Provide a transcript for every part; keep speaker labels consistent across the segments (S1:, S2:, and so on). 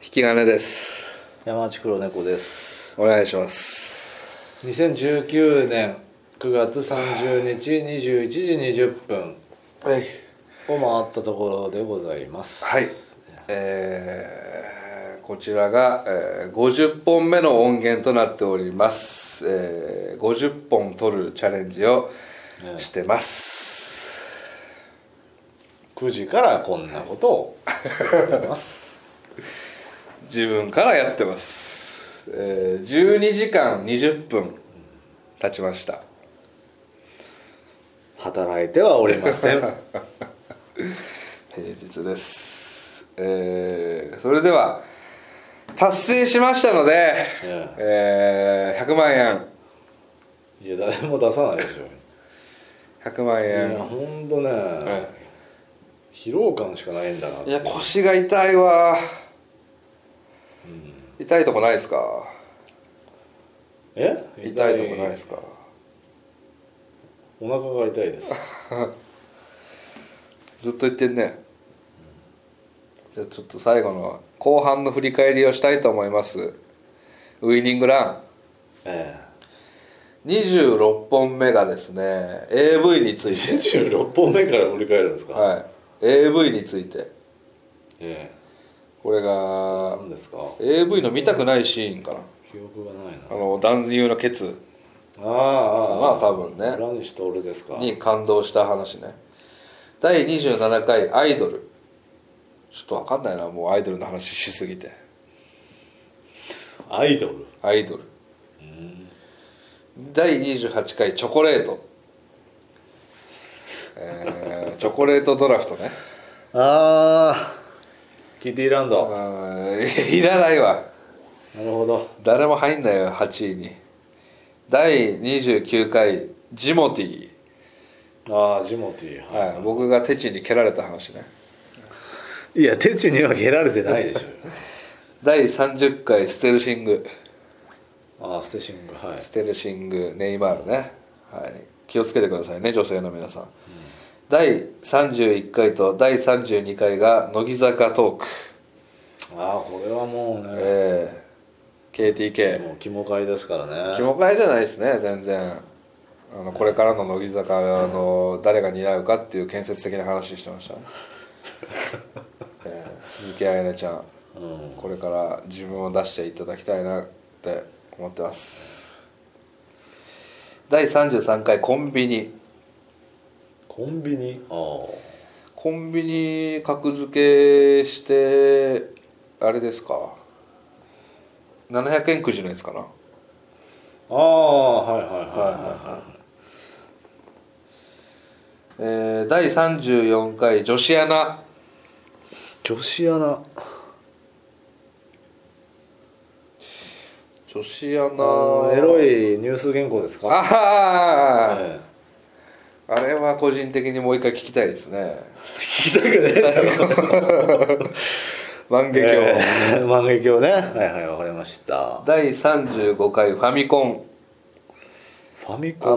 S1: 気兼ねです
S2: 山内黒猫です
S1: お願いします
S2: 2019年9月30日21時20分
S1: はい
S2: を回ったところでございます
S1: はいえー、こちらが、えー、50本目の音源となっております、えー、50本取るチャレンジをしてます、
S2: 9時からこんなことをしております
S1: 自分からやってます、えー、12時間20分経ちました
S2: 働いてはおりません
S1: 平日です、えー、それでは達成しましたので、
S2: え
S1: えー、100万円
S2: いや誰も出さないでし
S1: 100万
S2: ょいや
S1: 円
S2: ほんとね、疲労感しかないんだない
S1: や腰が痛いわ痛いとこないですか
S2: え
S1: 痛いとこないですか
S2: お腹が痛いです
S1: ずっと言ってんねじゃあちょっと最後の後半の振り返りをしたいと思いますウイニングラン
S2: え
S1: 26本目がですね AV につい
S2: え
S1: て
S2: 26本目から振り返るんですか、
S1: はい、AV について
S2: え
S1: これ
S2: え
S1: が
S2: 何ですか
S1: AV の見たくないシーンかな
S2: 記憶がないな
S1: あの男優のケツ
S2: ああ
S1: まあ多分ね
S2: 村西徹ですか
S1: に感動した話ね第27回アイドルちょっとわかんないなもうアイドルの話しすぎて
S2: アイドル
S1: アイドル第28回チョコレート、えーチョコレートドラフトね
S2: ああキティランド
S1: あーいらないわ
S2: なるほど
S1: 誰も入んないよ8位に第29回ジモティ
S2: ああジモティー
S1: はい、僕がテチに蹴られた話ね
S2: いや手チには蹴られてないでしょ
S1: 第30回ステルシング
S2: ああステシングはい
S1: ステルシングネイマールね、はい、気をつけてくださいね女性の皆さん、第31回と第32回が乃木坂トーク、
S2: ああこれはもうね、
S1: えー KTK
S2: もう肝会ですからね
S1: キモかいじゃないですね全然あのこれからの乃木坂の誰が担うかっていう建設的な話してましたね、えー鈴木彩音ちゃん
S2: うん
S1: これから自分を出していただきたいなって思ってます第33回コンビニ
S2: コンビニああ
S1: コンビニ格付けしてあれですか700円くじのやつかな
S2: ああはいはいはいは
S1: えー、第34回女子アナ
S2: い女子アナ
S1: 女子アナ
S2: ああエ
S1: い
S2: ロいニュース原稿ですか
S1: あー、
S2: え
S1: あれは個人的にもう一回聞きたいです ね
S2: え聞きたく ねえ
S1: 万華鏡、
S2: ええ万華鏡ねはいはいわかりました
S1: 第35回ファミコン
S2: ファミ
S1: あのー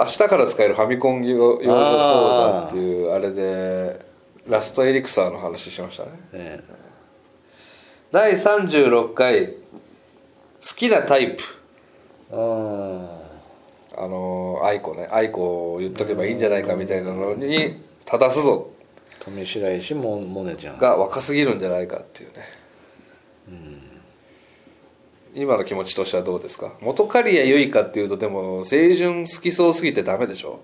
S1: 明日から使えるファミコン用用語講座っていうあれでラストエリクサーの話しましたね
S2: え
S1: 第36回好きなタイプ
S2: えうん
S1: あのー愛子ね愛子を言っとけばいいんじゃないかみたいなのに正すぞ
S2: 上白石もモネちゃん
S1: が若すぎるんじゃないかっていうね今の気持ちとしてはどうですか元刈谷由衣かっていうとでも青春好きそうすぎてダメでしょ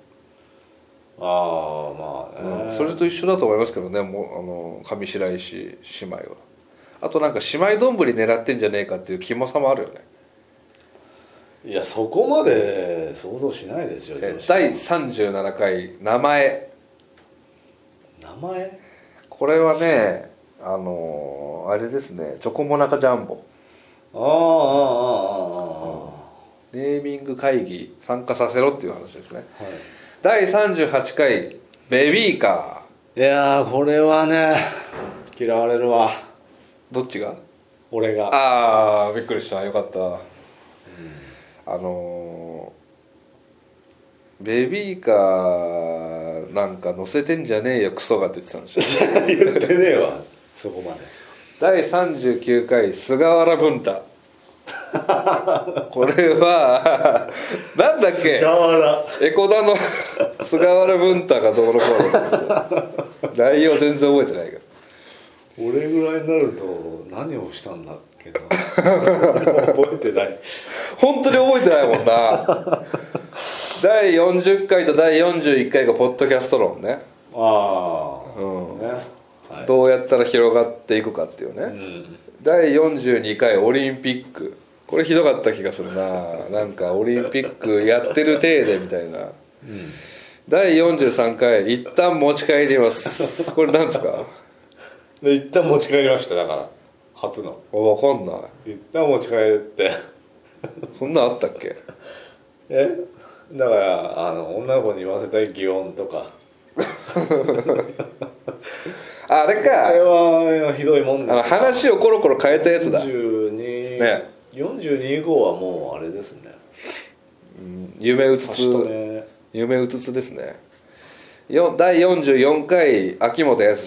S2: ああまあね、
S1: うんそれと一緒だと思いますけどねもうあの上白石姉妹はあとなんか姉妹丼狙ってんじゃねえかっていうキモさもあるよね
S2: いやそこまで想像しないですよ
S1: え
S2: どうしても
S1: 第37回名前
S2: 名前
S1: これはねあのーあれですねチョコモナカジャンボ
S2: あああああ
S1: ネーミング会議参加させろっていう話ですね
S2: あああ、は
S1: 第38回ベビーカ
S2: い、いやーこれはね嫌われるわ
S1: ーどっちが
S2: 俺が
S1: ああびっくりしたよかった、あのーベビーカーなんか乗せてんじゃねえよクソがって言ってたんですよ
S2: 言ってねえわそこまで
S1: 第39回菅原文太これは なんだっけ
S3: 原
S1: エコダの 菅原文太がどうのこうのですよ内容全然覚えてないけど
S3: 俺ぐらいになると何をしたんだっけ な覚えてない
S1: 本当に覚えてないもんな第40回と第41回がポッドキャスト論ね、
S3: ああ
S1: うん
S3: ねはい
S1: どうやったら広がっていくかっていうね、
S3: うん
S1: 第42回オリンピックこれひどかった気がするななんかオリンピックやってる体でみたいな、第43回一旦持ち帰りますこれなんですか
S2: で一旦持ち帰りましただから初の
S1: わかんない
S2: 一旦持ち帰って
S1: そんなんあったっけ
S2: えだからあの女の子に言わせたい擬音とか
S1: あれ
S2: あれ
S1: か
S2: はひどいもんで
S1: あ
S2: す
S1: の話をコロコロ変えたやつだ、
S2: 42、
S1: ね
S2: 42以降はもうあれですね
S1: うん夢うつ
S2: 差
S1: つ
S2: し止め
S1: 夢うつつですねよ第44回秋元康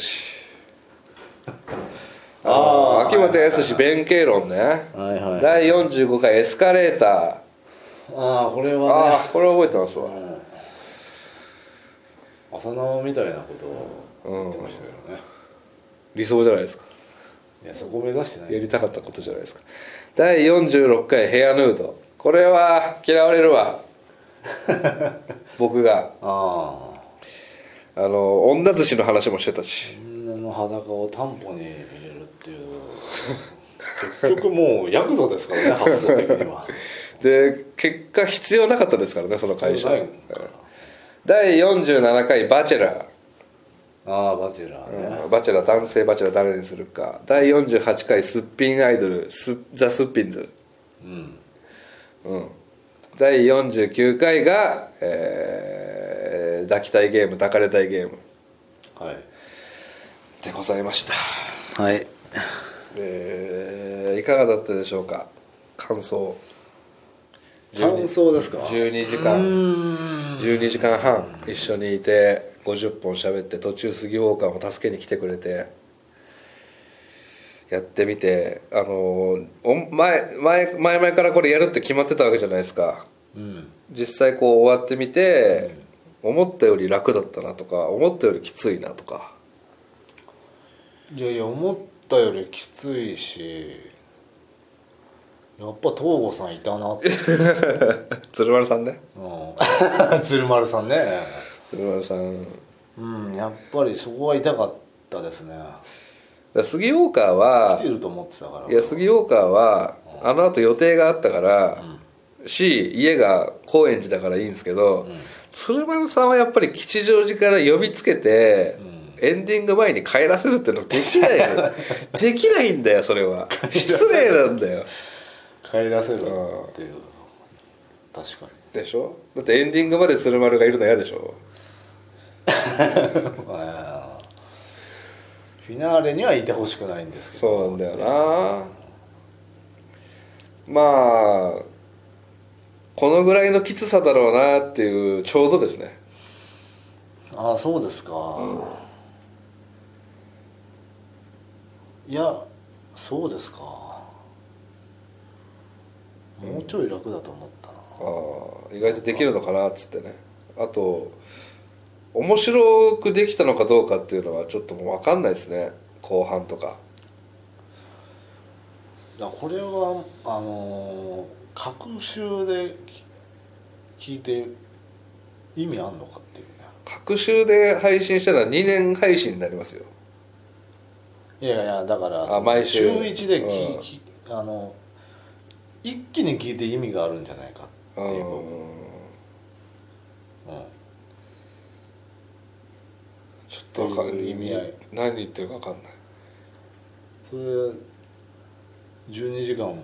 S1: あの
S2: あー
S1: 秋元康弁慶論ね
S2: はいはい
S1: 第45回エスカレーター
S2: ああこれ
S1: あ
S2: は
S1: あこれ覚えてますわ
S2: ねうん浅縄みたいなことを言ってましたけどね、
S1: 理想じゃないですか
S2: いやそこ目指してない
S1: やりたかったことじゃないですか第46回ヘアヌードこれは嫌われる わ僕が
S2: ああ
S1: あの女寿司の話もしてたし
S2: 女の裸を担保に入れるっていう結局もうヤクザですからね発想的には
S1: で結果必要なかったですからねその会社
S2: 必要ないから
S1: うん第47回「バチェラ
S2: ああバチェラーね、
S1: ー」バチェラー男性バチェラー誰にするか第48回「すっぴんアイドル」すザ・すっぴんズ
S2: うん
S1: うん第49回が、えー抱きたいゲーム抱かれたいゲーム
S2: はい
S1: でございました
S3: はい
S1: えーいかがだったでしょうか感想
S3: 感想ですか
S1: 12時
S3: う
S1: 間
S3: ーん
S1: 12時間半一緒にいて50本喋って途中杉ウォーカーも助けに来てくれてやってみてあのーお前前前々からこれやるって決まってたわけじゃないですか
S2: うん
S1: 実際こう終わってみて、思ったより楽だったなとか思ったよりきついなとか
S2: いやいや思ったよりきついしやっぱ東郷さんいたなって、
S1: 鶴丸さんね
S2: うん、鶴丸さんね
S1: 鶴丸さんだか
S2: うんやっぱりそこは痛かったですね
S1: ら杉ウォーカー
S2: 来
S1: は
S2: てると思ってたから
S1: いや杉ウォーカーはあのあと予定があったから、し家が高円寺だからいいんですけど、鶴丸さんはやっぱり吉祥寺から呼びつけて、エンディング前に帰らせるってのできないできないんだよそれは失礼なんだよ
S2: 帰らせるっていう確かに
S1: でしょだってエンディングまで鶴丸がいるの嫌でしょ
S2: まあフィナーレにはいてほしくないんですけど
S1: そうなんだよなまあこのぐらいのきつさだろうなっていうちょうどですね
S2: ああそうですか、いやそうですかもうちょい楽だと思ったな、
S1: ああ意外とできるのかなっつってねあと面白くできたのかどうかっていうのはちょっともう分かんないですね後半とか
S2: だからこれはあの隔週でき聞いて意味あんのかっていうね
S1: 隔週で配信したら2年配信になりますよ
S2: いやいやだから
S1: あ
S2: その
S1: 毎週
S2: 週1で
S1: う
S2: き、
S1: ん
S2: きあの一気に聞いて意味があるんじゃないかって
S1: う
S2: いう、
S1: ん
S2: うん
S1: ちょっと分かん
S2: っていう意味合い
S1: 何言ってるか分かんない
S2: それ12時間も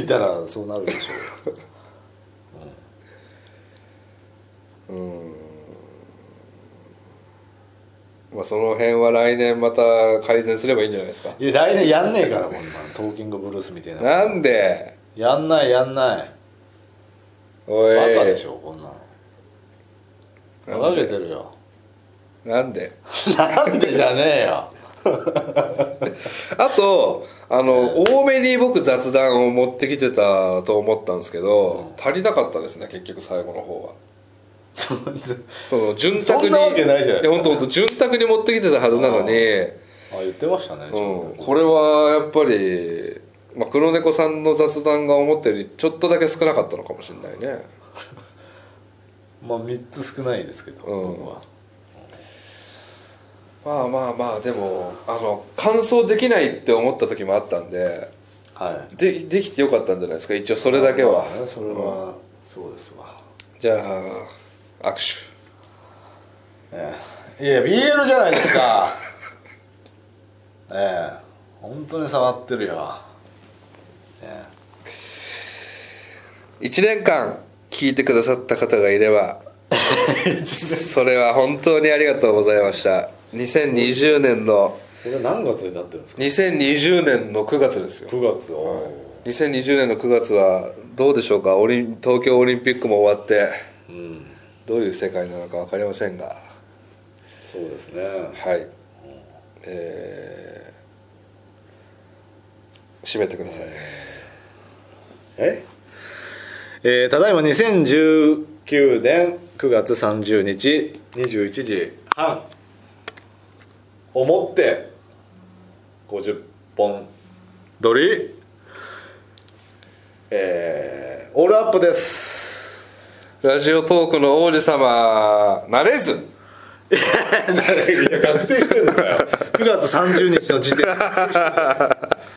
S2: いたらそうなるでし
S1: う
S2: ょ
S1: ーんまあその辺は来年また改善すればいいんじゃないですか
S2: ういや来年やんねえからこんなんトーキングブルースみたいな
S1: なんで
S2: やんないやんない
S1: お
S2: バ
S1: い
S2: カでしょこんな
S1: なん
S2: のバ
S1: で
S2: けてるよ
S1: なんで
S2: なんでじゃねえよ
S1: あとあの、多めに僕雑談を持ってきてたと思ったんですけど、足りなかったですね結局最後の方はその潤沢に
S4: そんなわけないじゃないですか
S1: や本当本当潤沢に持ってきてたはずなのに、
S4: あ言ってましたね、
S1: うん、これはやっぱり、まあ、黒猫さんの雑談が思ったよりちょっとだけ少なかったのかもしれないね
S4: まあ3つ少ないですけど、
S1: うん
S4: 僕は
S1: まあまあまあでもあの完走できないって思った時もあったんで
S4: はい
S1: でできてよかったんじゃないですか一応それだけは、
S4: まあねそれはそうですわ、
S1: じゃあ握手
S4: ええいや BL じゃないですか ええ本当に触ってるよ、え
S1: 1年間聞いてくださった方がいればそれは本当にありがとうございました2020年の
S2: これ何月になってるんですか
S1: 2020年の9月ですよ
S2: 9月を
S1: 2020年の9月はどうでしょうかオリン東京オリンピックも終わって
S2: うん
S1: どういう世界なのか分かりませんが
S2: そうですね
S1: はいえー、締めてください、
S2: ええーただいま2019年9月30日21時半をもって50本撮りえー、オールアップです
S1: ラジオトークの王子様なれず
S2: いや確定してるんですから9月30日の時点で確定してる